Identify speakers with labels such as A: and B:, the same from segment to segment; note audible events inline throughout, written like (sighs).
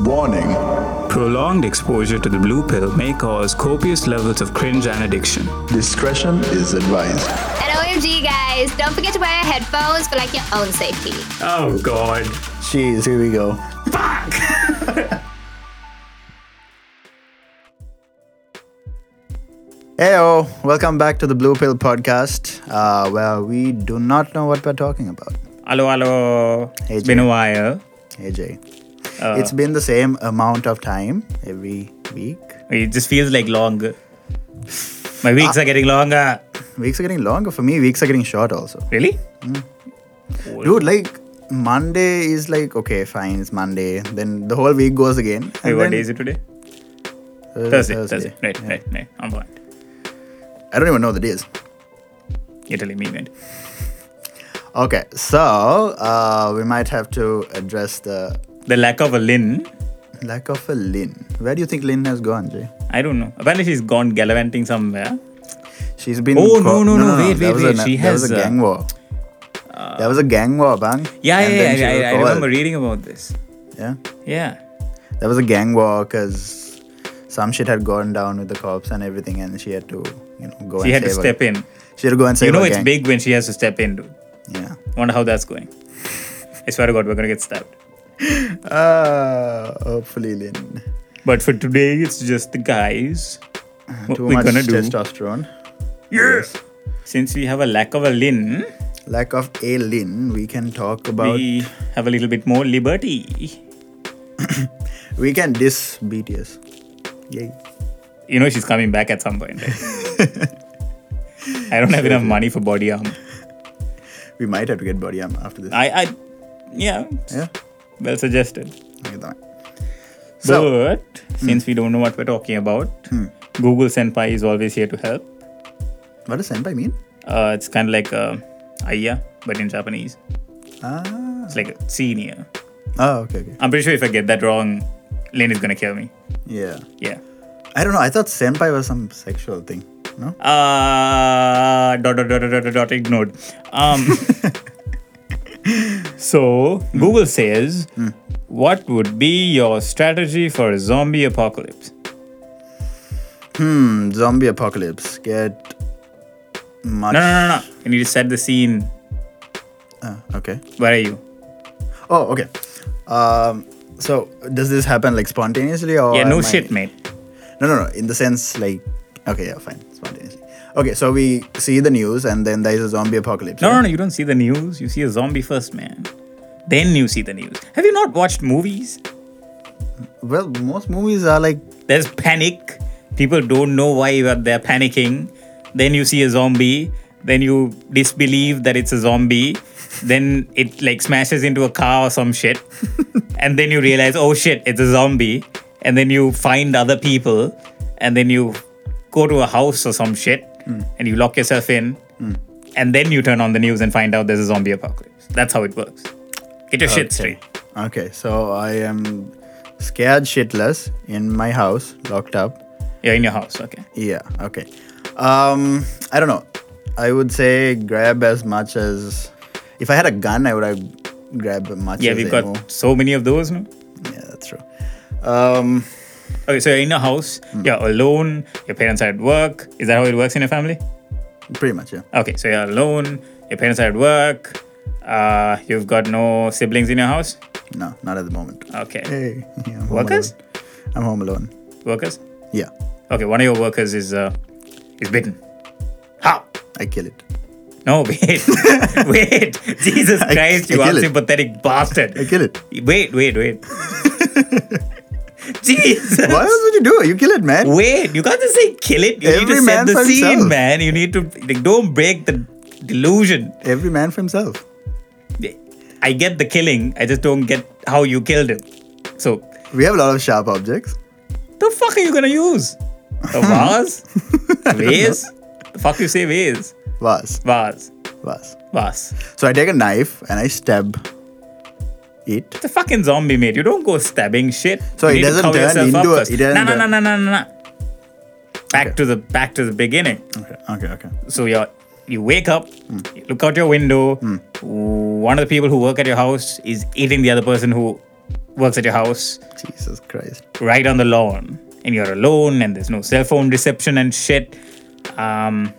A: Warning
B: Prolonged exposure to the blue pill may cause copious levels of cringe and addiction.
A: discretion is advised.
C: And OMG, guys, don't forget to wear headphones for like your own safety.
B: Oh god.
D: Jeez, here we go. Heyo, welcome back to the Blue Pill Podcast, uh, where we do not know what we're talking about.
B: Hello, hello.
D: Hey,
B: it's been a
D: Jay.
B: while.
D: AJ,
B: Uh.
D: it's been the same amount of time every week.
B: It just feels like longer. My
D: Ah.
B: weeks are getting longer.
D: Weeks are getting longer for me. Weeks are getting short also.
B: Really?
D: Dude, like Monday is like okay, fine, it's Monday. Then the whole week goes again. and
B: Wait, what
D: then-
B: day is it today?
D: Uh,
B: Thursday. Thursday. Right,
D: yeah.
B: right, right. On point.
D: I don't even know the days.
B: You're telling me, man.
D: Okay, so uh, we might have to address the
B: The lack of a Lynn,
D: lack of a Lynn. Where do you think Lynn has gone, Jay?
B: I don't know. Apparently, she's gone gallivanting somewhere.
D: She's been.
B: Oh, no, no, no, wait,
D: that
B: wait,
D: was
B: wait,
D: A,
B: she
D: there was a
B: has, uh,
D: gang war. there was a gang war, bang.
B: Yeah,
D: And
B: yeah,
D: then she
B: yeah. I,
D: was
B: I
D: called.
B: remember reading about this.
D: Yeah,
B: Yeah.
D: there was a gang war because some shit had gone down with the cops and everything, and she had to, you know, go.
B: She
D: and
B: had to
D: save her-
B: step in.
D: She had to go and save
B: You know,
D: her
B: it's
D: gang.
B: big when she has to step in, dude.
D: Yeah.
B: Wonder how that's going. I swear to God, we're gonna get stabbed.
D: Uh, hopefully, Lynn.
B: But for today, it's just the guys. What
D: Too
B: we're
D: much
B: gonna do?
D: testosterone.
B: Yes. Since we have a lack of a lin,
D: Lack of a Lynn, we can talk about.
B: we have a little bit more liberty.
D: We can diss BTS. Yay.
B: You know, she's coming back at some point. Right?
D: (laughs)
B: I don't have enough money for body armor.
D: We might have to get body armor after this.
B: I, I, yeah,
D: yeah.
B: well suggested.
D: Okay, fine. So, hmm.
B: but since we don't know what we're talking about, Google Senpai is always here to help.
D: what does senpai mean?
B: Uh, it's kind of like uh, Aya, but in Japanese.
D: Ah.
B: It's like a senior.
D: Oh, okay, okay.
B: I'm pretty sure if I get that wrong, Lynn is gonna kill me.
D: Yeah.
B: Yeah.
D: I don't know. I thought senpai was some sexual thing. No?
B: Uh dot dot dot dot, dot dot, dot ignored. Um So Google says what would be your strategy for a zombie apocalypse?
D: Hmm. Zombie apocalypse. Get much.
B: No no no no. You need to set the scene.
D: Ah, okay.
B: Where are you?
D: Oh, okay. Um. So, does this happen like spontaneously or?
B: yeah, no
D: am I-
B: shit, mate.
D: No, no, no. In the sense, like, okay, yeah, fine, spontaneously. Okay, so we see the news, and then there is a zombie apocalypse.
B: No,
D: right?
B: no, no, you don't see the news. You see a zombie first, man. Then you see the news. Have you not watched movies?
D: Well, most movies are like,
B: There's panic. People don't know why but they're panicking. Then you see a zombie. Then you disbelieve that it's a zombie. then it like smashes into a car or some shit. and then you realize, oh shit, it's a zombie. And then you find other people. And then you go to a house or some shit. And you lock yourself in. And then you turn on the news and find out there's a zombie apocalypse. That's how it works. Get your shit straight.
D: okay, so I am scared shitless in my house, locked up.
B: You're in your house. Okay.
D: Yeah, okay. Um, I don't know. I would say grab as much as. If I had a gun, I would have grabbed as much
B: Yeah,
D: as
B: we've
D: I know.
B: got so many of those now.
D: Yeah, that's true. Um,
B: Okay, so you're in a house,
D: Mm.
B: you're alone, your parents are at work. Is that how it works in your family?
D: pretty much, yeah.
B: Okay, so you're alone, your parents are at work, uh, you've got no siblings in your house?
D: No, not at the moment.
B: Okay.
D: Hey, yeah, I'm home
B: Workers?
D: alone. I'm home alone.
B: Workers?
D: Yeah,
B: Okay, one of your workers is uh, is bitten. How?
D: I kill it.
B: No, (laughs) wait. wait. Jesus
D: I-
B: Christ,
D: I
B: you
D: kill it.
B: unsympathetic bastard.
D: I kill it.
B: Wait, wait,
D: (laughs)
B: wait. Jesus.
D: What else would you do? You kill it, man.
B: Wait, you can't just say kill it. You need
D: Every
B: to set
D: man
B: the
D: for
B: scene,
D: himself.
B: man. You need to like, don't break the delusion.
D: Every man for himself.
B: I get the killing. I just don't get how you killed him. So
D: We have a lot of sharp
B: (laughs)
D: objects.
B: the fuck are you gonna use?
D: (laughs)
B: A vase? vase? The fuck you say vase?
D: Was,
B: Vase.
D: was.
B: Vase.
D: So I take a knife and I stab it.
B: It's a fucking zombie, mate. You don't go stabbing shit.
D: So
B: You
D: it
B: need to
D: doesn't
B: cover
D: turn
B: yourself up
D: into a-
B: first.
D: it doesn't
B: No, no, no,
D: turn-
B: no, no, no, no. Back
D: Okay.
B: to the back to the beginning.
D: Okay, okay, okay.
B: So you you wake up, you look out your window. One of the people who work at your house is eating the other person who works at your house
D: Jesus Christ.
B: right on the lawn and you're alone and there's no cell phone reception and shit um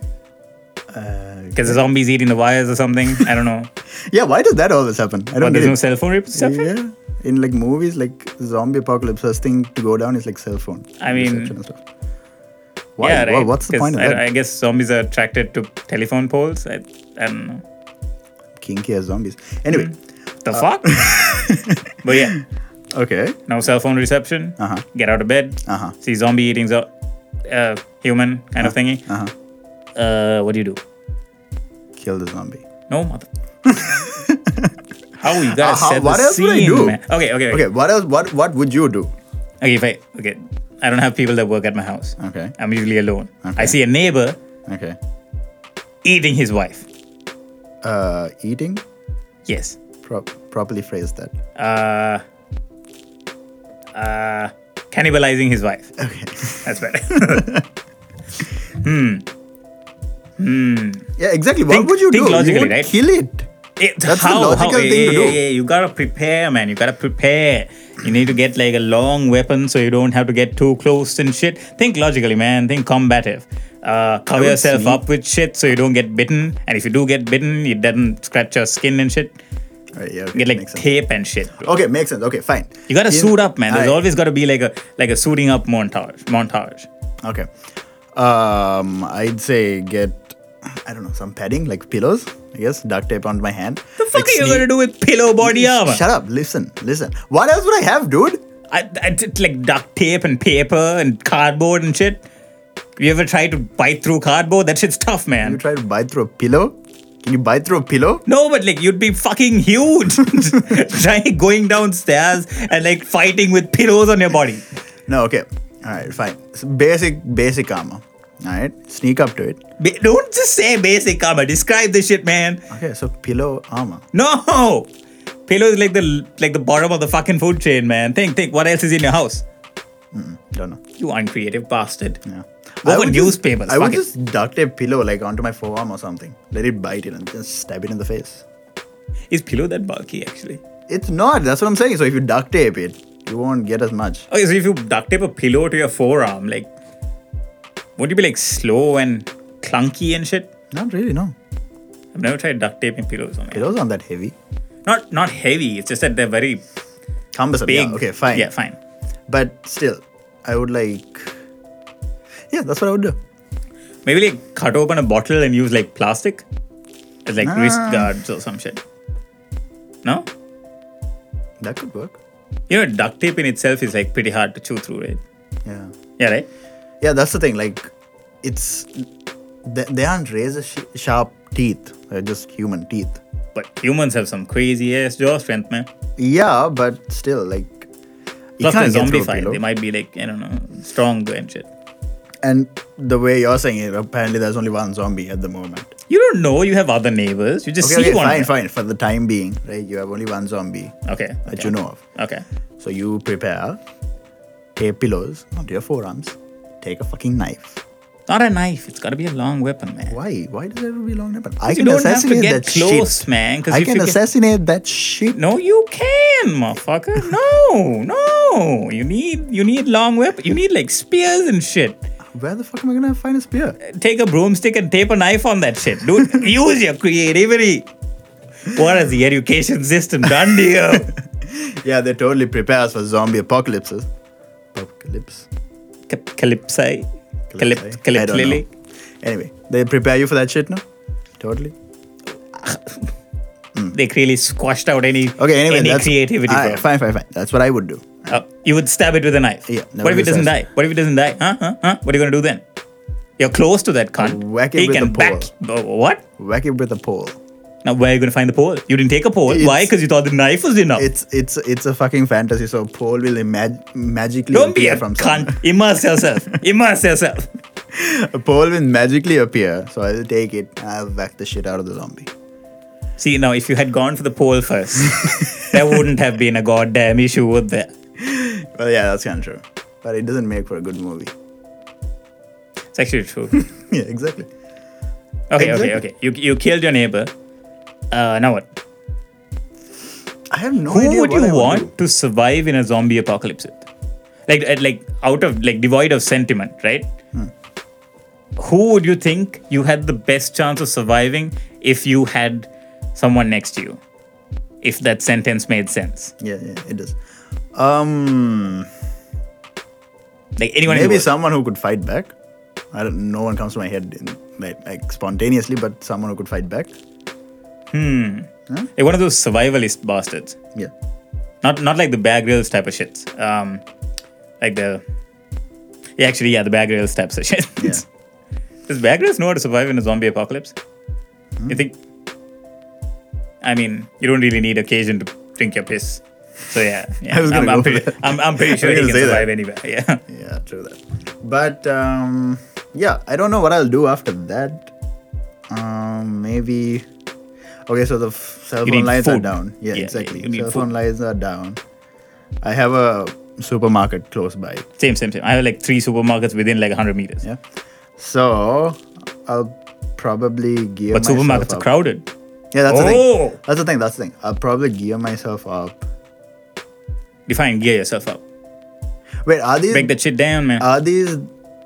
B: because the zombies eating the wires or something i don't
D: (laughs)
B: know
D: Uh, Yeah, why does that always happen? I
B: but
D: don't
B: there's no
D: get
B: cell phone reception
D: it. Yeah. In like movies, like zombie apocalypse, first thing to go down is like cell phone.
B: I mean-
D: reception and stuff. Why?
B: Yeah,
D: Wha-
B: right.
D: What's the
B: 'Cause
D: point of
B: I,
D: that?
B: I guess zombies are attracted to telephone poles. I, I don't know.
D: Kinky as zombies. Anyway,
B: The
D: Uh,
B: fuck?
D: (laughs)
B: but yeah,
D: okay.
B: no cell phone reception.
D: Uh-huh.
B: Get out of bed.
D: Uh-huh.
B: See zombie eating zo- uh, human kind of thingy.
D: Uh huh.
B: Uh, what do you do?
D: Kill the zombie.
B: No mother.
D: (laughs)
B: How you guys
D: Uh, how-
B: set
D: what
B: the
D: else
B: scene,
D: would I do?
B: man? Okay, okay, okay.
D: Okay, what else? What What would you do?
B: Okay, if I okay, I don't have people that work at my house.
D: Okay.
B: I'm usually alone. I
D: Okay.
B: see a neighbor
D: Okay.
B: eating his wife.
D: Uh, eating.
B: Yes.
D: Pro- properly phrase that.
B: Uh, uh, cannibalizing his wife.
D: Okay.
B: That's
D: (laughs)
B: better. what
D: Yeah, exactly. What
B: Think-
D: would you
B: think
D: do?
B: logically,
D: you would
B: right?
D: kill it. That's the logical thing
B: yeah,
D: to
B: yeah,
D: do.
B: yeah, you gotta prepare, man. You gotta prepare. You need to get like a long weapon so you don't have to get too close and shit. Think logically, man. Think combative. Uh, cover
D: would
B: yourself
D: sneak.
B: up with shit so you don't get bitten. And if you do get bitten, it doesn't scratch your skin and shit.
D: Right, yeah, okay,
B: Get like
D: makes sense.
B: tape and shit. bro.
D: Okay, makes sense. Okay, fine.
B: You gotta
D: In-
B: suit up, man. There's
D: I-
B: always gotta be like a like a suiting up montage. Montage.
D: Okay. Um, I'd say get, I don't know, some padding, like pillows, I guess, duct tape on my hand.
B: The fuck are you gonna do with pillow body armor?
D: Shut up, listen, listen. What else would I have, dude?
B: I, I did like duct tape and paper and cardboard and shit. You ever tried to bite through cardboard? That shit's tough,
D: You
B: man.
D: try to bite through a pillow? Can you bite through a pillow?
B: No, but like you'd be fucking huge. (laughs) Trying going downstairs and like fighting with pillows on your body.
D: No, okay. Alright, fine. So basic, basic armor. Alright, sneak up to it.
B: Ba- don't just say basic armor. Describe this shit, man.
D: Okay, so pillow armor.
B: No, pillow is like the like the bottom of the fucking food chain, man. Think, think. What else is in your house?
D: Don't know.
B: You uncreative bastard.
D: Yeah.
B: Go
D: I
B: for
D: would just-
B: newspapers.
D: I
B: Fuck
D: would
B: it.
D: just duct tape pillow like onto my forearm or something. Let it bite it and just stab it in the face.
B: Is pillow that bulky actually?
D: It's not. That's what I'm saying. So if you duct tape it, you won't get as much.
B: Okay, so if you duct tape a pillow to your forearm, like, would you be like slow and clunky and shit?
D: Not really. No.
B: I've never tried duct taping pillows on my
D: Pillows aren't that heavy.
B: Not not heavy. It's just that they're very
D: Cumbersome.
B: big.
D: Yeah, okay. Fine.
B: Yeah, fine.
D: But still, I would like. Yeah, that's what I would do.
B: Maybe like cut open a bottle and use like plastic as like wrist
D: Ah.
B: guards or some shit. No,
D: That could work.
B: you know duct tape in itself is like pretty hard to chew through, right?
D: Yeah.
B: Yeah, right.
D: Yeah, that's the thing. Like, it's they, they aren't razor sh- sharp teeth. They're just human teeth.
B: But humans have some crazy ass jaw strength, man.
D: Yeah, but still, like. you
B: Plus
D: can't
B: they're
D: get through a
B: zombified.
D: pillow.
B: They might be like I don't know, strong and shit.
D: And the way you're saying it, apparently there's only one zombie at the moment.
B: You don't know. You have other neighbors. You just
D: Okay,
B: see
D: okay
B: one.
D: fine,
B: of them.
D: fine. For the time being, right? You have only one zombie
B: Okay.
D: that
B: okay.
D: you know of.
B: Okay.
D: So you prepare, tape pillows onto your forearms, take a fucking knife.
B: Not a knife. It's got to be a long weapon, man.
D: Why? Why does it have to be a long weapon? I
B: You
D: can
B: don't have to
D: assassinate
B: get
D: that
B: close,
D: shit.
B: man. Because
D: I
B: if
D: can
B: you get-
D: assassinate that shit.
B: no, you can,
D: (laughs)
B: motherfucker. No, no. You need you need long weapon. You need like spears and shit.
D: Where the fuck am I gonna find a spear?
B: (laughs) Take a broomstick and tape a knife on that shit,
D: (laughs)
B: dude. use your creativity. What has the education system done to
D: (laughs)
B: you?
D: Yeah, they totally prepare us for zombie apocalypses. Apocalypse.
B: Cap- Calypsi.
D: Calypse,
B: Calyp-
D: eh? I- I don't know.
B: Calypso.
D: Anyway, they prepare you for that shit now. Totally.
B: They really squashed out any
D: Hmm. Okay. Anyway,
B: any
D: that's
B: creativity.
D: Alright,
B: bro.
D: fine, fine, fine. That's what I would do.
B: Uh, you would stab it with a knife.
D: Yeah, no
B: What if it doesn't die?
D: resistance.
B: What if it doesn't die? Huh? Huh? Huh? What are you gonna do then? You're close to that cunt.
D: Whack it
B: he
D: with
B: can
D: a pole.
B: back. Oh, What?
D: Whack it with a pole.
B: Now where are you gonna find the pole? You didn't take a pole. Why?
D: It's-
B: Because you thought the knife was enough.
D: It's it's it's a fucking fantasy. So Paul will imag- magically
B: Don't be
D: appear
B: a
D: from
B: cunt. (laughs) Immerse yourself. Immerse yourself.
D: somewhere. (laughs) Paul will magically appear. So I'll take it. and I'll whack the shit out of the zombie.
B: See now, if you had gone for the pole
D: (laughs)
B: first, there wouldn't have been a goddamn issue, would there?
D: Well, yeah, that's kind of true. But it doesn't make for a good movie. (laughs)
B: It's actually true.
D: yeah, exactly.
B: Okay,
D: Exactly.
B: okay, okay. You you killed your neighbor. Uh, now what?
D: I I have no idea.
B: Who would
D: what I
B: you
D: do.
B: want to survive in a zombie apocalypse with? Like, uh, like out of like devoid of sentiment, right?
D: Hmm.
B: Who would you think you had the best chance of surviving if you had someone next to you? If that sentence made sense,
D: Yeah, yeah, it does. Um,
B: like anyone. in the
D: maybe
B: world.
D: someone who could fight back. I don't. No one comes to my head in, like, like spontaneously, but someone who could fight back.
B: Like, one of those survivalist bastards.
D: Yeah.
B: Not not like the Bear Grylls type of shit. Um, like the yeah, actually, yeah, the Bear Grylls type of (laughs) shit.
D: Yeah.
B: Does Bear Grylls know how to survive in a zombie apocalypse?
D: Hmm.
B: You think? I mean, you don't really need occasion to drink your piss. So yeah, yeah.
D: I was
B: am
D: gonna go for
B: pretty,
D: that.
B: I'm, I'm
D: (laughs) I
B: pretty
D: was
B: sure he
D: gonna
B: can
D: say that.
B: survive anywhere. Yeah. (laughs)
D: Yeah, true that. But um, yeah, I don't know what I'll do after that. Um, maybe. Okay, so the f- cell
B: You
D: phone
B: need
D: lines are
B: food.
D: down. Yeah,
B: Yeah,
D: exactly.
B: you need
D: Cell phone
B: food.
D: lines are down. I have a supermarket close by.
B: Same, same, same. I have like three supermarkets within like 100 meters.
D: Yeah, so I'll probably gear.
B: But
D: myself
B: supermarkets are
D: up.
B: crowded.
D: Yeah, that's the
B: Oh!
D: thing. That's the thing. That's the thing. I'll probably gear myself up.
B: Define, gear yourself up.
D: Wait, are these
B: Break that shit down, man.
D: are these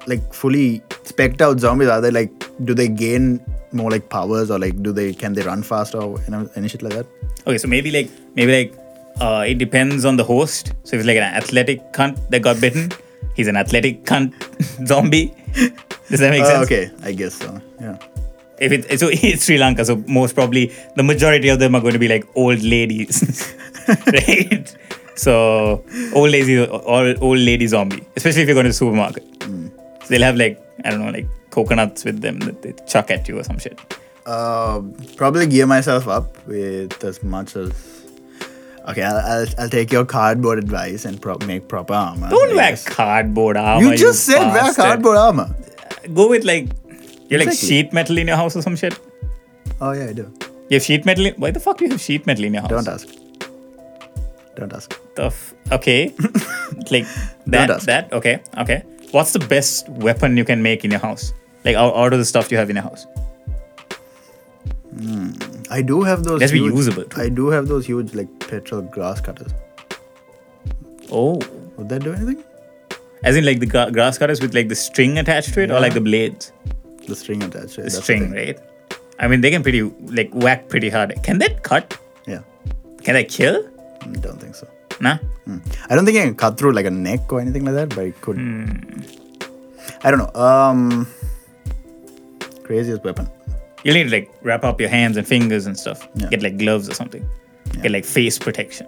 D: like fully specked out zombies? Are they like do they gain more like powers or like do they can they run fast or you know, any shit like that?
B: Okay, so maybe like maybe like uh, it depends on the host. So if it's like an athletic cunt that got bitten, he's an athletic cunt (laughs) zombie. Does that make
D: Uh,
B: sense?
D: okay, I guess so. Yeah.
B: If it, so (laughs) it's Sri Lanka, so most probably the majority of them are going to be like old ladies, (laughs) right? So old lazy or old lady zombie, especially if you're going to the supermarket.
D: Hmm.
B: So they'll have like I don't know like coconuts with them that they chuck at you or some shit.
D: Uh, probably gear myself up with as much as. Okay, I'll, I'll, I'll take your cardboard advice and pro- make proper armor.
B: Don't
D: I
B: wear
D: guess.
B: cardboard armor.
D: You just said wear
B: bastard.
D: cardboard armor.
B: go with like you like
D: Exactly.
B: sheet metal in your house or some shit.
D: Oh yeah, I do.
B: You have sheet metal. In, why the fuck do you have sheet metal in your house?
D: Don't ask. Don't ask.
B: The f-
D: (laughs)
B: okay, like that.
D: ask.
B: That okay. Okay. What's the best weapon you can make in your house? Like out, out of the stuff you have in your house.
D: I do have those.
B: Let's be
D: huge,
B: usable, too.
D: I do have those huge like petrol grass cutters.
B: Oh,
D: Would that do anything?
B: as in like the gra- grass cutters with like the string attached to it, or like the blades,
D: The string attached.
B: the string, right? I mean, they can pretty like whack pretty hard. Can that cut?
D: Yeah.
B: Can that kill?
D: Mm, Don't think so.
B: Nah.
D: Mm. I don't think I can cut through like a neck or anything like that, but it could.
B: Hmm.
D: I don't know. Um, craziest weapon.
B: You'll need to like wrap up your hands and fingers and stuff.
D: Yeah.
B: Get like gloves or something. Get like face protection.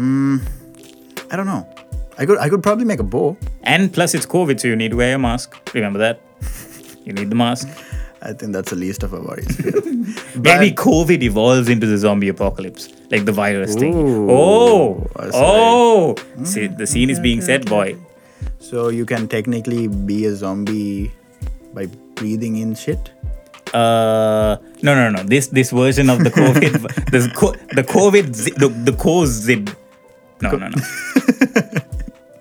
D: I don't know. I could I could probably make a bow.
B: And plus, it's COVID, so you need to wear a mask. Remember that. (laughs) You need the mask.
D: I think that's the least of our worries.
B: (laughs) Maybe COVID evolves into the zombie apocalypse, like the virus thing.
D: Ooh,
B: Oh,
D: I see. Mm.
B: oh! See, the scene is being set, boy.
D: so you can technically be a zombie by breathing in shit.
B: Uh, no, no, no. This this version
D: (laughs)
B: of the COVID, the co- the COVID, Z, the the COVID.
D: (laughs)
B: No, no, no.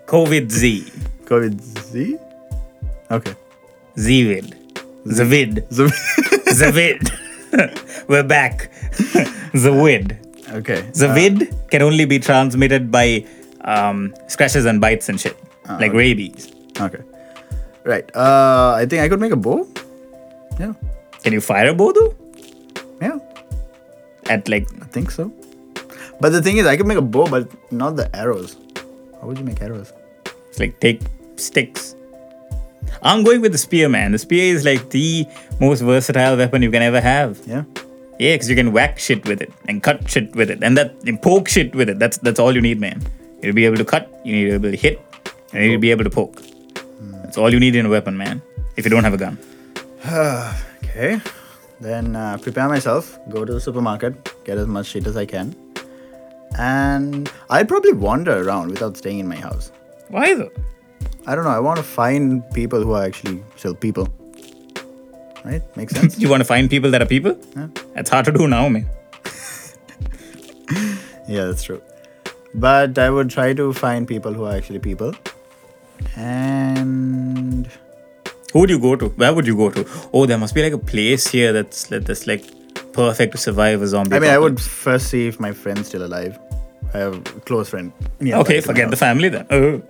B: COVID Z,
D: COVID Z. Okay. (laughs)
B: Zvid, Zvid,
D: So- (laughs)
B: Zvid. (laughs) We're back. Zvid.
D: okay.
B: The vid can only be transmitted by um, scratches and bites and shit, like rabies.
D: Okay. Right. Uh, I think I could make a bow. Yeah.
B: Can you fire a bow though?
D: Yeah.
B: At like,
D: I think so. But the thing is, I could make a bow, but not the arrows. How would you make arrows?
B: it's like take sticks. I'm going with the spear, man. The spear is like the most versatile weapon you can ever have.
D: Yeah.
B: Yeah, because you can whack shit with it and cut shit with it and that and poke shit with it. That's that's all you need, man. You'll be able to cut. You need to be able to hit. And you'll be able to poke. That's all you need in a weapon, man. If you don't have a gun.
D: Okay. Then uh, prepare myself. Go to the supermarket. Get as much shit as I can. And I'll probably wander around without staying in my house.
B: Why though?
D: I don't know. I want to find people who are actually still people. Right? Makes
B: (laughs)
D: sense.
B: You want to find people that are people?
D: Yeah.
B: That's hard to do now, man.
D: Yeah, that's true. But I would try to find people who are actually people. And
B: Who would you go to? Where would you go to? Oh, there must be like a place here that's that's like perfect to survive a zombie.
D: I mean, I would
B: apocalypse.
D: first see if my friend's still alive. I have a close friend.
B: okay, forget the family then. Oh,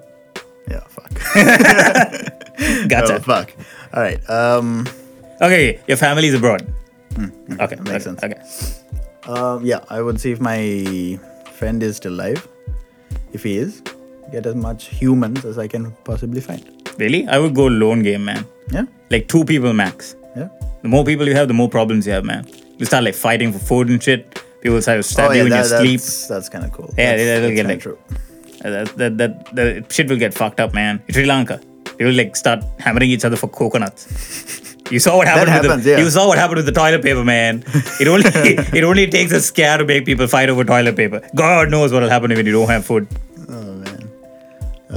D: Yeah,
B: (laughs)
D: fuck. oh,
B: gotcha.
D: fuck. All right. Um,
B: okay, your family's abroad. okay, that
D: Hmm, makes
B: okay, Okay.
D: um, yeah, I would see if my friend is still alive. If he is, get as much humans as I can possibly find.
B: Really? I would go lone game, man.
D: Yeah,
B: Like two people max.
D: yeah.
B: The more people you have, the more problems you have, man. You start like fighting for food and shit. People start to stab
D: Oh,
B: you
D: yeah,
B: in
D: that-
B: your sleep.
D: That's, that's kind of cool.
B: Yeah,
D: that's,
B: that'll get
D: kinda
B: like- Uh, That, that, that, that shit will get fucked up, man. Sri Lanka. They will like start hammering each other for coconuts. (laughs) You saw what happened. with
D: happens,
B: the,
D: yeah.
B: You saw what happened with the toilet paper, man. It only (laughs) it only takes a scare to make people fight over toilet paper. God knows what will happen when you don't have food.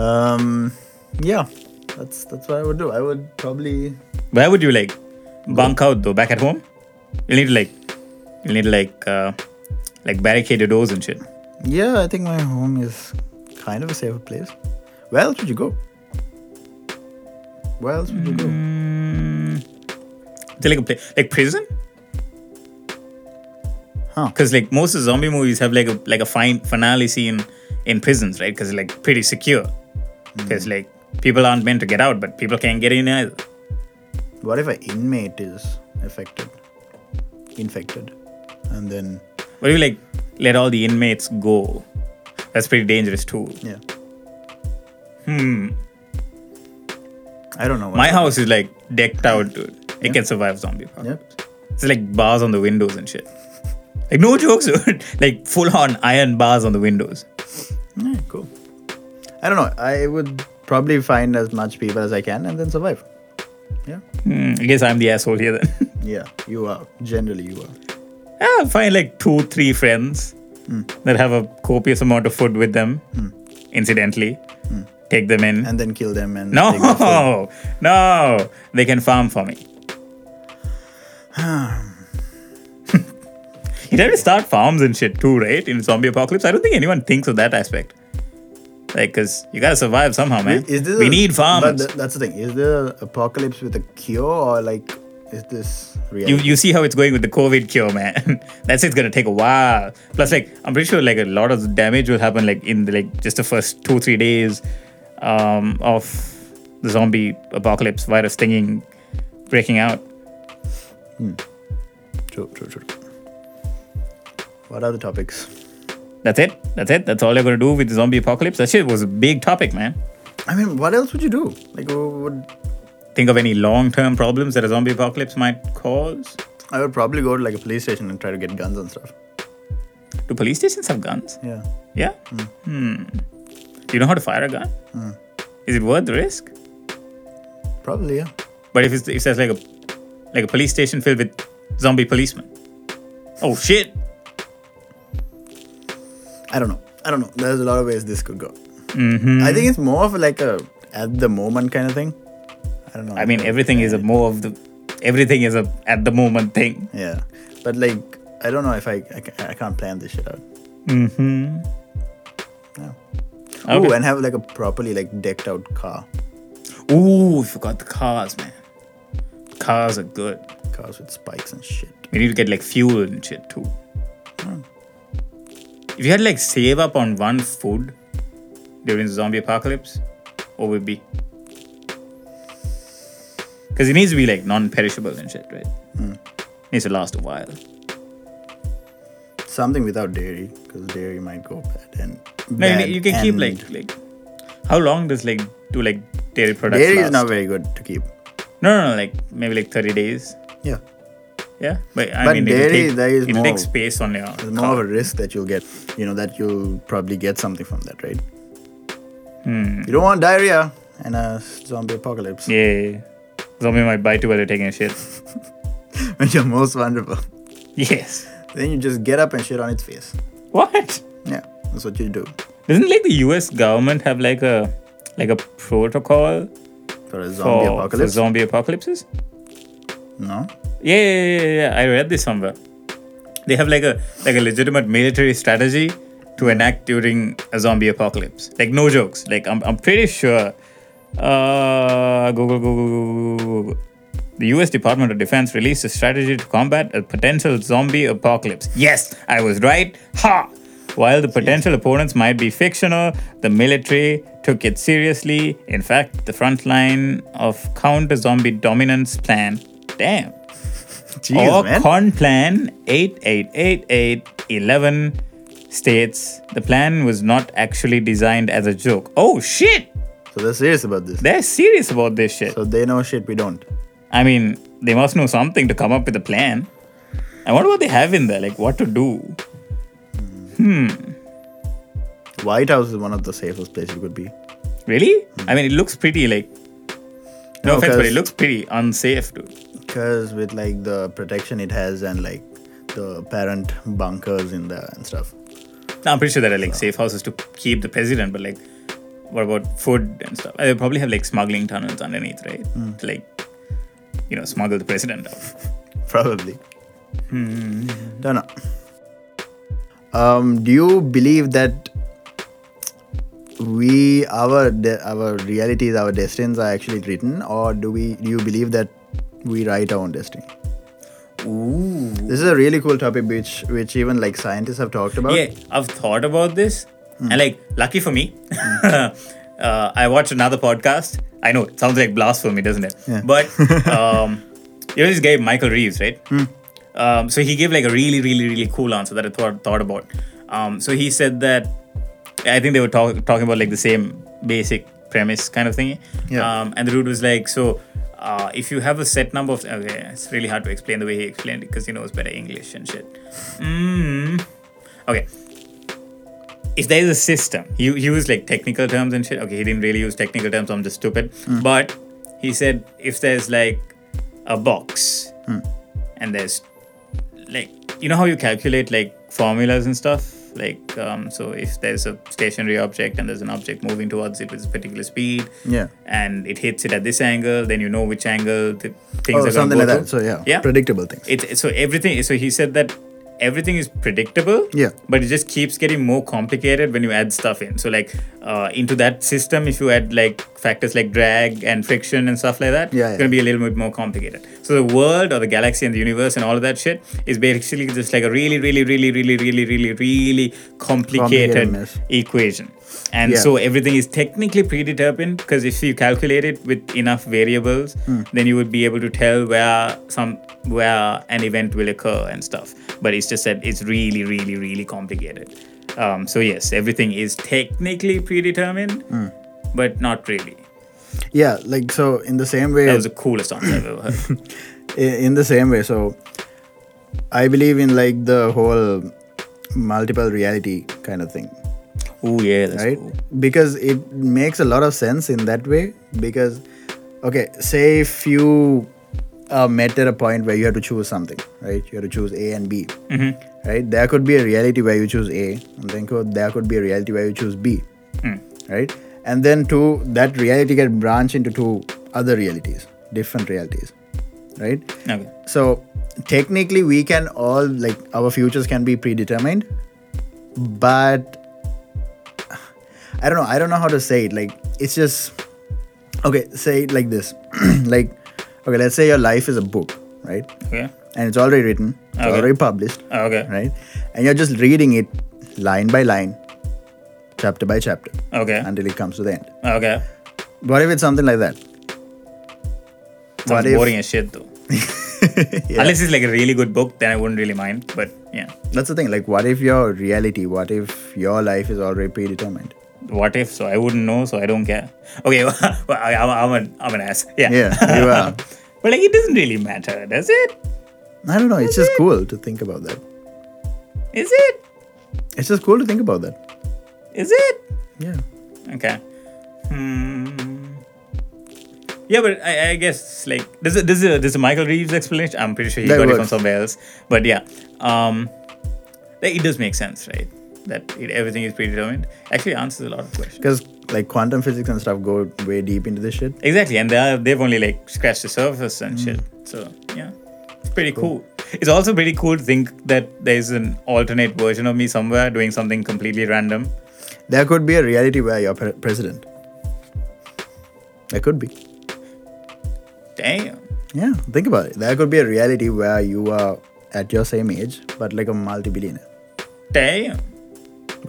D: Um, yeah, that's that's what I would do. I would probably
B: Where would you like bunk out though? Back at home? You need to like you need to like uh, like barricade your doors and shit.
D: Yeah, I think my home is kind of a safer place. Where else would you go? Where else would you
B: Mm.
D: go?
B: Is it like a pla- like prison?
D: Huh.
B: Because like most of the zombie movies have like a like a fine finale scene in prisons, right? Because like pretty secure.
D: Hmm.
B: Because like people aren't meant to get out, but people can't get in either.
D: What if an inmate is affected, infected, and then
B: What if you like let all the inmates go? That's pretty dangerous too.
D: yeah? Hmm. I don't know. What
B: Hmm. My house is like decked out, dude. It can survive zombie
D: Yeah.
B: apocalypse. It's like bars on the windows and shit. Like no (laughs) jokes, dude. like full on iron bars on the windows.
D: Yeah, cool. I don't know. I would probably find as much people as I can and then survive. Yeah.
B: Hmm, I guess I'm the asshole here then. (laughs)
D: Yeah. You are generally you are.
B: I'll find like two, three friends
D: Hmm.
B: that have a copious amount of food with them, incidentally. Take them in.
D: Hmm. And then kill them and take their food.
B: (laughs) no, (laughs) no, they can farm
D: (sighs)
B: for me. You'd have to start farms and shit too, right? In zombie apocalypse, I don't think anyone thinks of that aspect. Like, cause you gotta survive somehow, man.
D: Is this
B: we
D: a-
B: need
D: But
B: farms.
D: th- that's the thing. Is there an apocalypse with a cure or like is this
B: you,
D: reality?
B: you see how it's going with the COVID cure, man. (laughs) That's it's gonna take a while. Plus, like I'm pretty sure like a lot of damage will happen like in the, like just the first two three days um, of the zombie apocalypse virus thinging breaking out.
D: true, true, true. What are the topics?
B: That's it. That's it. That's all you're gonna do with the zombie apocalypse. That shit was a big topic, man.
D: I mean, what else would you do? Like, wh- would
B: Think of any long-term problems that a zombie apocalypse might cause.
D: I would probably go to like a police station and try to get guns and stuff.
B: Do police stations have guns?
D: Yeah.
B: Yeah. Hmm. Do you know how to fire a gun? Is it worth the risk?
D: Probably, yeah.
B: But if it's if there's like a like a police station filled with zombie policemen. Oh shit.
D: I don't know. I don't know. There's a lot of ways this could go.
B: Mm-hmm.
D: I think it's more of like a at the moment kind of thing. I don't know.
B: I mean everything is a more of the everything is a at the moment thing.
D: Yeah. But like, I don't know if I, I, ca- I can't plan this shit out.
B: Okay.
D: Ooh, and have like a properly like decked out car.
B: Ooh, we forgot the cars, man. Cars are good.
D: Cars with spikes and shit.
B: We need to get like fuel and shit too. If you had to, like save up on one food during the zombie apocalypse, what would it be? Because it needs to be like non-perishable and shit, right?
D: Hmm.
B: Needs to last a while.
D: Something without dairy, because dairy might go bad. And
B: No, you-
D: bad
B: you, can keep
D: and
B: like like how long does like do like dairy products
D: dairy
B: last?
D: is not very good to keep.
B: no, no, no, like maybe like thirty days.
D: Yeah,
B: Yeah, but I
D: But
B: mean,
D: dairy,
B: it'll take,
D: there is
B: it'll
D: more-
B: take space on your.
D: there's more of a risk that you'll get. You know that you'll probably get something from that, right? You don't want diarrhea and a zombie apocalypse.
B: Hmm, Yeah, yeah, yeah. zombie might bite you while you're taking a shit. (laughs)
D: When you're most vulnerable,
B: yes.
D: then you just get up and shit on its face.
B: What?
D: Yeah, that's what you do
B: Doesn't like the U.S. government have like a like a protocol
D: for a zombie
B: for, for
D: apocalypse.
B: zombie apocalypses?
D: no,
B: Yeah, yeah, yeah, yeah, yeah. I read this somewhere. They have like a like a legitimate military strategy to enact during a zombie apocalypse. Like no jokes. Like I'm I'm pretty sure. Uh, Google, Google, Google, Google, Google. The US Department of Defense released a strategy to combat a potential zombie apocalypse. Yes, I was right. Ha! While the potential opponents might be fictional, the military took it seriously. In fact, the front line of counter zombie dominance plan. Damn.
D: Jeez,
B: or
D: man.
B: Oh, Con Plan 888811 states the plan was not actually designed as a joke. Oh shit!
D: so they're serious about this.
B: They're serious about this shit.
D: So they know shit we don't.
B: I mean, they must know something to come up with a plan. I wonder what they have in there, like what to do.
D: White House is one of the safest places you could be.
B: Really? I mean, it looks pretty, like. No,
D: Hmm. No,
B: offense, but it
D: 'cause-
B: looks pretty unsafe, dude.
D: Because with like the protection it has and like the parent bunkers in there and stuff. (laughs)
B: No, I'm pretty sure there are like safe houses to keep the president, but like, what about food and stuff? They probably have like smuggling tunnels underneath, right? To like, you know, smuggle the president out.
D: Probably.
B: Hmm.
D: Don't know. Um, do you believe that we our de- our realities, our destinies are actually written, or do we do you believe that we write our own destiny?
B: Ooh.
D: This is a really cool topic, which which even like scientists have talked about.
B: Yeah, I've thought about this, and like, lucky for me, (laughs) uh, I watched another podcast. I know it sounds like blasphemy, doesn't it?
D: Yeah.
B: But um, you know this guy Michael Reeves, right? Um, so he gave like a really, really, really cool answer that I thought thought about. Um, so he said that I think they were talk- talking about like the same basic premise kind of thing.
D: Yeah.
B: Um, and the dude was like, so. Uh, if you have a set number of okay, it's really hard to explain the way he explained it because he knows better English and shit. Mm. Okay, if there is a system, he, he used like technical terms and shit. Okay, he didn't really use technical terms, I'm just stupid. But he said if there's like a box
D: Hmm.
B: and there's like, you know how you calculate like formulas and stuff? Like, um, so if there's a stationary object and there's an object moving towards it with a particular speed
D: Yeah.
B: and it hits it at this angle, then you know which angle the things
D: Or
B: are going
D: Oh, something
B: go
D: like that.
B: to.
D: So yeah,
B: Yeah
D: predictable things.
B: it's so everything so he said that everything is predictable
D: Yeah.
B: but it just keeps getting more complicated when you add stuff in so like uh, into that system if you add like factors like drag and friction and stuff like that
D: Yeah,
B: it's
D: yeah.
B: gonna be a little bit more complicated so the world or the galaxy and the universe and all of that shit is basically just like a really really really really really really really
D: Complicated
B: complicated,
D: mess.
B: equation and
D: Yeah.
B: so everything is technically predetermined because if you calculate it with enough variables
D: Hmm.
B: then you would be able to tell where some where an event will occur and stuff but it's just that it's really really really complicated um, so yes everything is technically predetermined but not really
D: Hmm. yeah, like so in the same way.
B: that was the coolest answer i've ever heard
D: (laughs) i- in the same way so i believe in like the whole multiple reality kind of thing
B: oh yeah that's
D: right
B: cool
D: because it makes a lot of sense in that way because okay say if you are met at a point where you have to choose something right you have to choose a and b right there could be a reality where you choose a and then could, there could be a reality where you choose b right and then two that reality can branch into two other realities different realities right
B: okay
D: so technically, we can all like our futures can be predetermined, but I don't know. I don't know how to say it. Like it's just okay. Say it like this. (clears throat) like okay, let's say your life is a book, right?
B: okay
D: And it's already written, it's
B: Okay.
D: already published,
B: okay
D: right? And you're just reading it line by line, chapter by chapter,
B: okay
D: until it comes to the end.
B: okay
D: What if it's something like that? (laughs)
B: sounds
D: if-
B: boring as shit though
D: Yeah.
B: unless it's like a really good book then i wouldn't really mind but yeah
D: That's the thing. Like, what if your reality? What if your life is already predetermined?
B: what if so i wouldn't know so i don't care okay (laughs) well, I, I'm, I'm, an, I'm an ass yeah
D: Yeah,
B: (laughs)
D: you are.
B: but like it doesn't really matter does it
D: I don't know. It's just cool to think about that.
B: is it
D: It's just cool to think about that.
B: is it
D: Yeah.
B: okay hmm. yeah but i, I guess like this is, this, is a, this is a michael reeves explanation i'm pretty sure he
D: That
B: got it from
D: works.
B: somewhere else but yeah um like, it does make sense right that it, everything is predetermined actually answers a lot of questions
D: Because like quantum physics and stuff go way deep into this shit.
B: Exactly, and they are, they've only like scratched the surface and shit. So yeah, it's pretty cool. It's also pretty cool to think that there's an alternate version of me somewhere doing something completely random.
D: There could be a reality where you're pre- president. There could be.
B: Damn.
D: Yeah, think about it. There could be a reality where you are at your same age, but like a multi-billionaire.
B: Damn.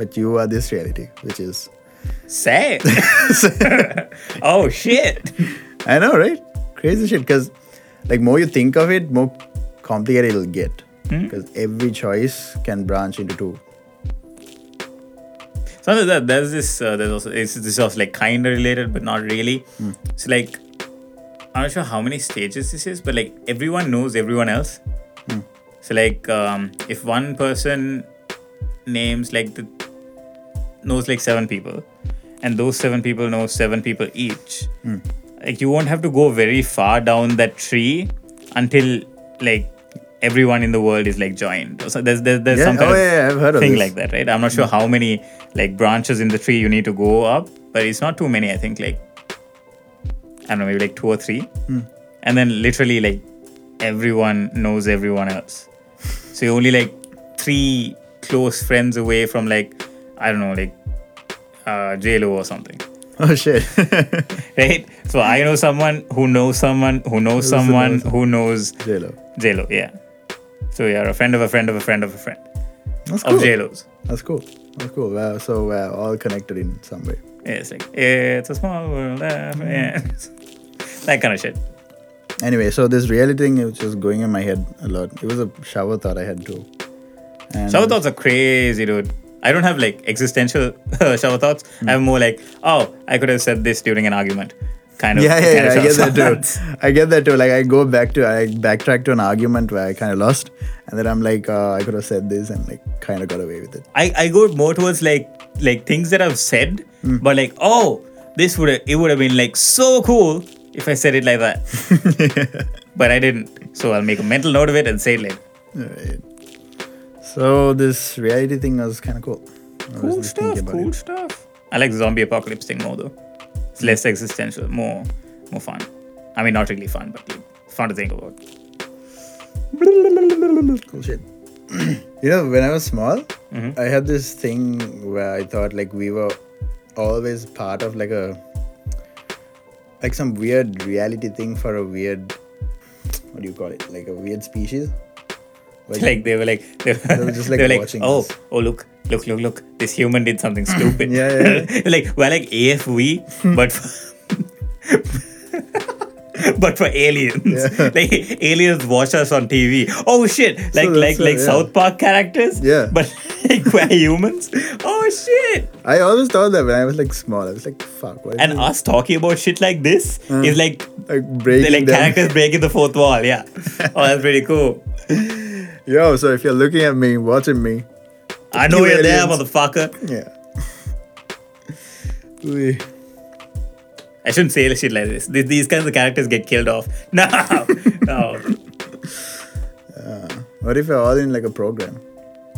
D: But you are this reality, which is
B: Say. oh shit.
D: (laughs) I know, right? Crazy shit. Because like more you think of it, more complicated it'll get.
B: Hmm?
D: Because every choice can branch into two. (laughs)
B: So there's that- there's this uh, there's also it's this is also like kind of related but not really. It's like I'm not sure how many stages this is, but like everyone knows everyone else. So like um, if one person names like the knows like seven people, and those seven people know seven people each.
D: Hmm.
B: Like you won't have to go very far down that tree until like everyone in the world is like joined. So there's there's, there's
D: Yeah.
B: some kind
D: Oh,
B: of
D: yeah, yeah, I've heard of
B: thing
D: this. Hmm.
B: like that, right? I'm not sure how many like branches in the tree you need to go up, but it's not too many. I think like I don't know, maybe like two or three,
D: Hmm.
B: and then literally like everyone knows everyone else. So you're only like three close friends away from like I don't know, like uh, JLo or something, (laughs)
D: Oh shit. (laughs)
B: right? So I know someone who knows someone who
D: knows
B: knows someone
D: someone.
B: who knows
D: Jelo.
B: JLo. Yeah. So you're a friend of a friend of a friend of a friend
D: That's cool.
B: of JLo's.
D: That's cool. That's cool. Wow, so we're all connected in some way.
B: Yeah, it's like it's a small world. uh,
D: Hmm.
B: yeah. (laughs) that kind of shit.
D: Anyway, so this reality thing is just going in my head a lot. It was a shower thought I had too. And
B: Shower thoughts are crazy, dude. I don't have like existential (laughs) shower thoughts.
D: Hmm.
B: I have more like, oh, I could have said this during an argument, kind of.
D: Yeah, yeah,
B: kind
D: yeah.
B: of
D: I get
B: shower
D: that
B: thoughts. (laughs)
D: too. I get that too. Like I go back to I backtrack to an argument where I kind of lost, and then I'm like, uh, I could have said this and like kind of got away with it.
B: I, I go more towards like like things that I've said, but like, oh, this would have it would have been like so cool if I said it like that, but I didn't. So I'll make a mental note of it and say it later.
D: Alright. So this reality thing was kind of cool. I was
B: Cool
D: just thinking
B: stuff.
D: about
B: Cool
D: it.
B: stuff. I like zombie apocalypse thing more though. It's less existential, more more fun. I mean, not really fun, but like, fun to think about.
D: Cool shit. (clears throat) you know, when I was small,
B: Mm-hmm.
D: I had this thing where I thought like we were always part of like a like some weird reality thing for a weird what do you call it? Like a weird species.
B: like they were like they were,
D: were just, like,
B: they were like
D: watching
B: oh
D: us.
B: oh look look look look this human did something stupid
D: (laughs) Yeah, yeah,
B: (laughs)
D: Hmm.
B: like we're like AFV but for, (laughs) but for aliens (laughs) like aliens watch us on TV oh shit like
D: that's
B: like
D: what-
B: like
D: yeah.
B: South Park characters
D: Yeah.
B: but (laughs) like we're humans oh shit
D: I always thought that when I was like small. I was like, fuck, what is
B: and
D: this?
B: us talking about shit like this is like
D: like
B: they're
D: Uh. breaking
B: like
D: them.
B: characters breaking the fourth wall yeah oh that's pretty cool
D: (laughs) Yo, so if you're looking at me, watching me,
B: I know you're there
D: aliens.
B: motherfucker
D: yeah. Ooh.
B: I shouldn't say shit like this. These, these kinds of characters get killed off. (laughs) No, no,
D: What if we're all in like a program?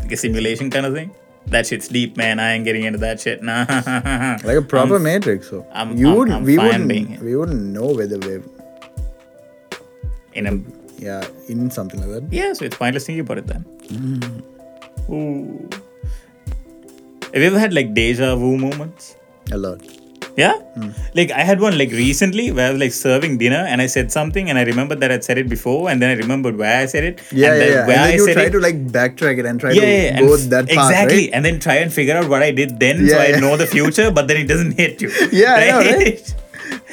B: like a simulation kind of thing. That shit's deep, man. I ain't getting into that shit. Nah,
D: (laughs)
B: Um,
D: Like a eh? proper matrix. So
B: I'm-
D: you
B: I'm-
D: would,
B: I'm
D: we
B: fine
D: wouldn't,
B: being here.
D: we wouldn't know whether we're
B: in a
D: yeah in something like that.
B: yeah. So it's pointless thinking about it then.
D: Hmm.
B: Ooh. Have you ever had like deja vu moments?
D: A lot.
B: Yeah.
D: Hmm.
B: Like I had one like recently where I was like serving dinner and I said something and I remembered that I'd said it before and then I remembered where I said it.
D: Yeah,
B: and
D: yeah,
B: then
D: yeah.
B: Where
D: And then
B: I
D: you
B: said
D: try
B: it.
D: to like backtrack it and try
B: yeah,
D: to
B: yeah, yeah.
D: go
B: and-
D: that path,
B: exactly
D: right?
B: and then try and figure out what i did then so
D: Yeah,
B: i
D: yeah.
B: know the future but then it doesn't hit you
D: (laughs) Yeah, I know, right?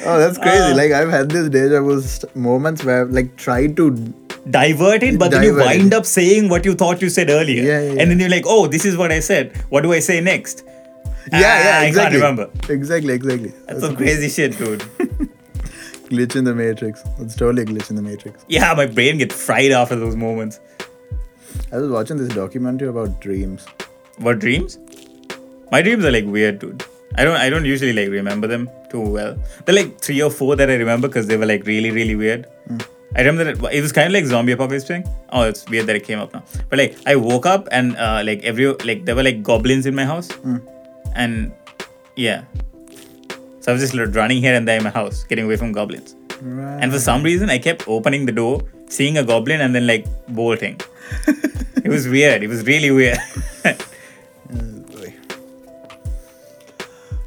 D: Oh, that's
B: Uh,
D: crazy. like I've had this deja vu st- moments where I've like tried to.
B: (laughs) divert it but then you
D: Divert it.
B: wind up saying what you thought you said earlier
D: Yeah, yeah, yeah.
B: and then you're like oh this is what i said what do i say next
D: Yeah, yeah,
B: Ah,
D: exactly.
B: i can't remember
D: Exactly, exactly.
B: that's some crazy shit dude (laughs)
D: glitch in the matrix. It's totally a glitch in the matrix.
B: yeah my brain gets fried after those moments
D: I was watching this documentary about dreams.
B: what dreams my dreams are like weird dude i don't i don't usually like remember them too well they're like three or four that i remember because they were like really really weird i remember that it, it was kind of like zombie apocalypse thing oh it's weird that it came up now but like i woke up and uh, like every like there were like goblins in my house and yeah so i was just like, running here and there in my house getting away from goblins
D: Right.
B: and for some reason, I kept opening the door, seeing a goblin, and then like bolting. it was weird. It was really weird. (laughs)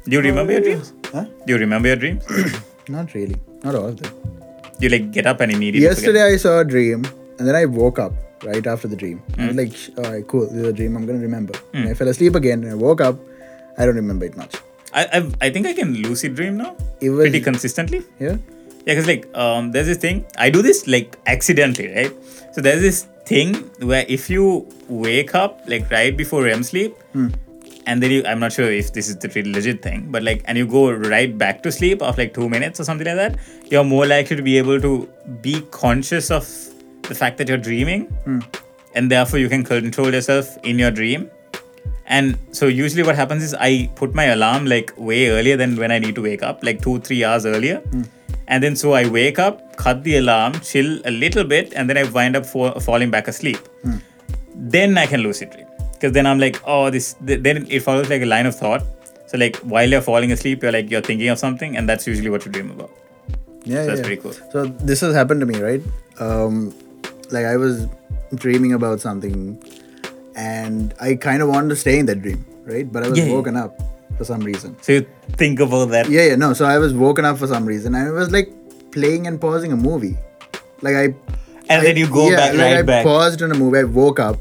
B: Do you remember your dreams?
D: Huh?
B: Do you remember your dreams?
D: Not really. Not all of them.
B: You like get up and immediately. forget.
D: Yesterday I saw a dream and then I woke up right after the dream. I
B: Hmm.
D: was like, "Sh- all right, cool, this is a dream. I'm gonna remember. And I fell asleep again and I woke up. I don't remember it much.
B: I, I've, I think I can lucid dream now.
D: It was-
B: pretty consistently.
D: Yeah.
B: Yeah, because like um, there's this thing I do this like accidentally, right? So there's this thing where if you wake up like right before REM sleep, and then you I'm not sure if this is the real legit thing, but like and you go right back to sleep after like two minutes or something like that, you're more likely to be able to be conscious of the fact that you're dreaming, and therefore you can control yourself in your dream. And so usually what happens is I put my alarm like way earlier than when I need to wake up, like two, three hours earlier. And then so I wake up, cut the alarm, chill a little bit, and then I wind up fa- falling back asleep. Then I can lucid dream. Because then I'm like, oh, this, th- then it follows like a line of thought. So like while you're falling asleep, you're like, you're thinking of something, and that's usually what you dream about.
D: Yeah,
B: So that's
D: yeah.
B: pretty cool.
D: So this has happened to me, right? Um, like I was dreaming about something, and I kind of wanted to stay in that dream, right? But I was
B: Yeah, yeah.
D: woken up for some reason.
B: So you think about that. (laughs)
D: Yeah, yeah, no. So I was woken up for some reason, and I was like playing and pausing a movie. Like I.
B: And
D: I-
B: then you go
D: yeah,
B: back,
D: like
B: right
D: I
B: back.
D: paused in a movie. I woke up,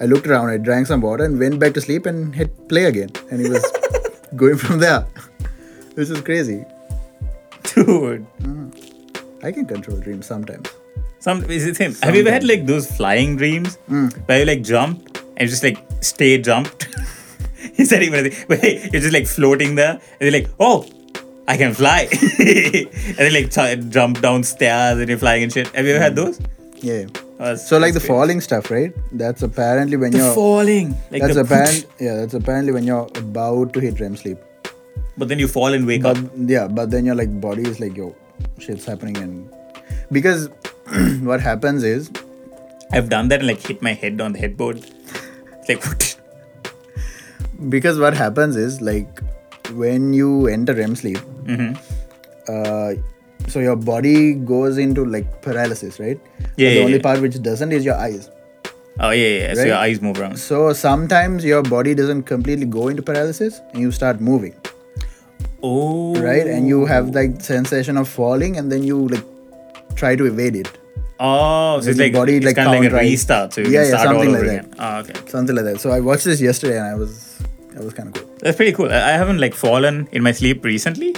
D: I looked around, I drank some water, and went back to sleep and hit play again, and it was
B: (laughs)
D: going from there. This is crazy.
B: Dude.
D: I can control dreams sometimes.
B: Some is it same. Have you ever had like those flying dreams
D: Hmm.
B: where you like jump and just like stay jumped? (laughs) Is that even a thing? Where you're just like floating there and you're like, oh, I can fly, (laughs) and then like ch- jump downstairs and you're flying and shit. Have you ever
D: Hmm.
B: had those?
D: Yeah.
B: Oh, that's-
D: So like the
B: that's great.
D: falling stuff, right? That's apparently when
B: the
D: you're
B: falling, like
D: that's
B: the
D: apparent. Yeah, that's apparently when you're about to hit REM sleep.
B: (laughs) but then you fall and wake
D: But
B: up.
D: Uh, yeah, but then your like body is like, yo, shit's happening, and because (clears throat) what happens is
B: I've done that and like hit my head on the headboard. It's like, (laughs)
D: because what happens is like when you enter REM sleep,
B: mm-hmm.
D: uh, so your body goes into like paralysis, right? But
B: Yeah,
D: the
B: yeah,
D: only
B: yeah.
D: part which doesn't is your eyes.
B: oh yeah, yeah. yeah. So
D: Right.
B: your eyes move around.
D: So sometimes your body doesn't completely go into paralysis, and you start moving.
B: Oh,
D: right and you have like sensation of falling and then you like try to evade it
B: Oh, so
D: Then
B: it's
D: the
B: like
D: body,
B: it's
D: like,
B: kind of like a
D: counteract-
B: restart. So you
D: Yeah,
B: can
D: yeah,
B: start
D: something
B: all over
D: like
B: again. Oh, okay.
D: something like that so i watched this yesterday and i was i was kind of cool
B: That's pretty cool. I I haven't like fallen in my sleep recently,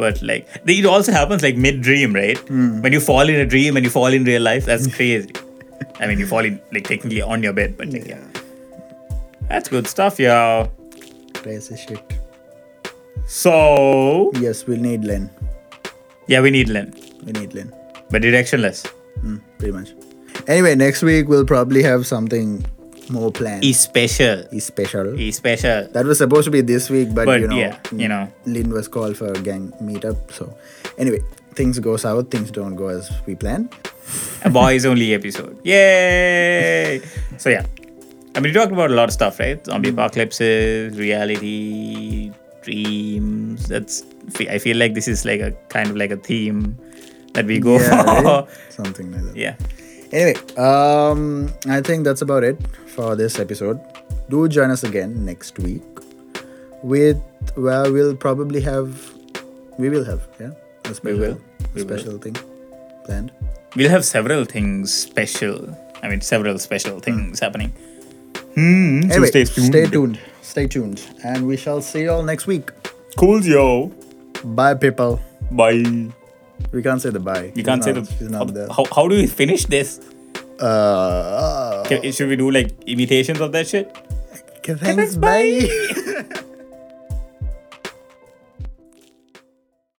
B: but like it also happens like mid dream, right? When you fall in a dream and you fall in real life, that's crazy. I mean, you fall in like technically on your bed, but like, yeah, that's good stuff, yeah.
D: crazy shit
B: So
D: yes we'll need len
B: yeah, we need Len,
D: we need len
B: but directionless.
D: mm, pretty much anyway next week we'll probably have something more planned
B: Is special.
D: Is special
B: Is special.
D: that was supposed to be this week but,
B: But
D: you know
B: yeah, you know.
D: lynn was called for a gang meetup so anyway things go south things don't go as we
B: (laughs)
D: planned
B: a boys only episode. Yay! So yeah, I mean, we talked about a lot of stuff, right? Zombie apocalypses, reality, dreams. That's fe- I feel like this is like a kind of like a theme that we go
D: yeah,
B: for.
D: right? something like that
B: (laughs) Yeah.
D: Anyway, um, I think that's about it for this episode. Do join us again next week with where we'll probably have, we will have, yeah, a special,
B: will.
D: a
B: We will.
D: special thing planned.
B: We'll have several things special. I mean, several special things happening. Mm. Hmm. so
D: Anyway,
B: stay tuned.
D: stay tuned, stay tuned, and we shall see you all next week.
B: Cool, yo.
D: Bye, people.
B: Bye. You
D: We can't say the bye. You
B: can't say the.
D: She's
B: how,
D: not there.
B: how, how do we finish this?
D: Uh, Oh.
B: Can- should we do like imitations of that shit?
D: okay, thanks. Bye.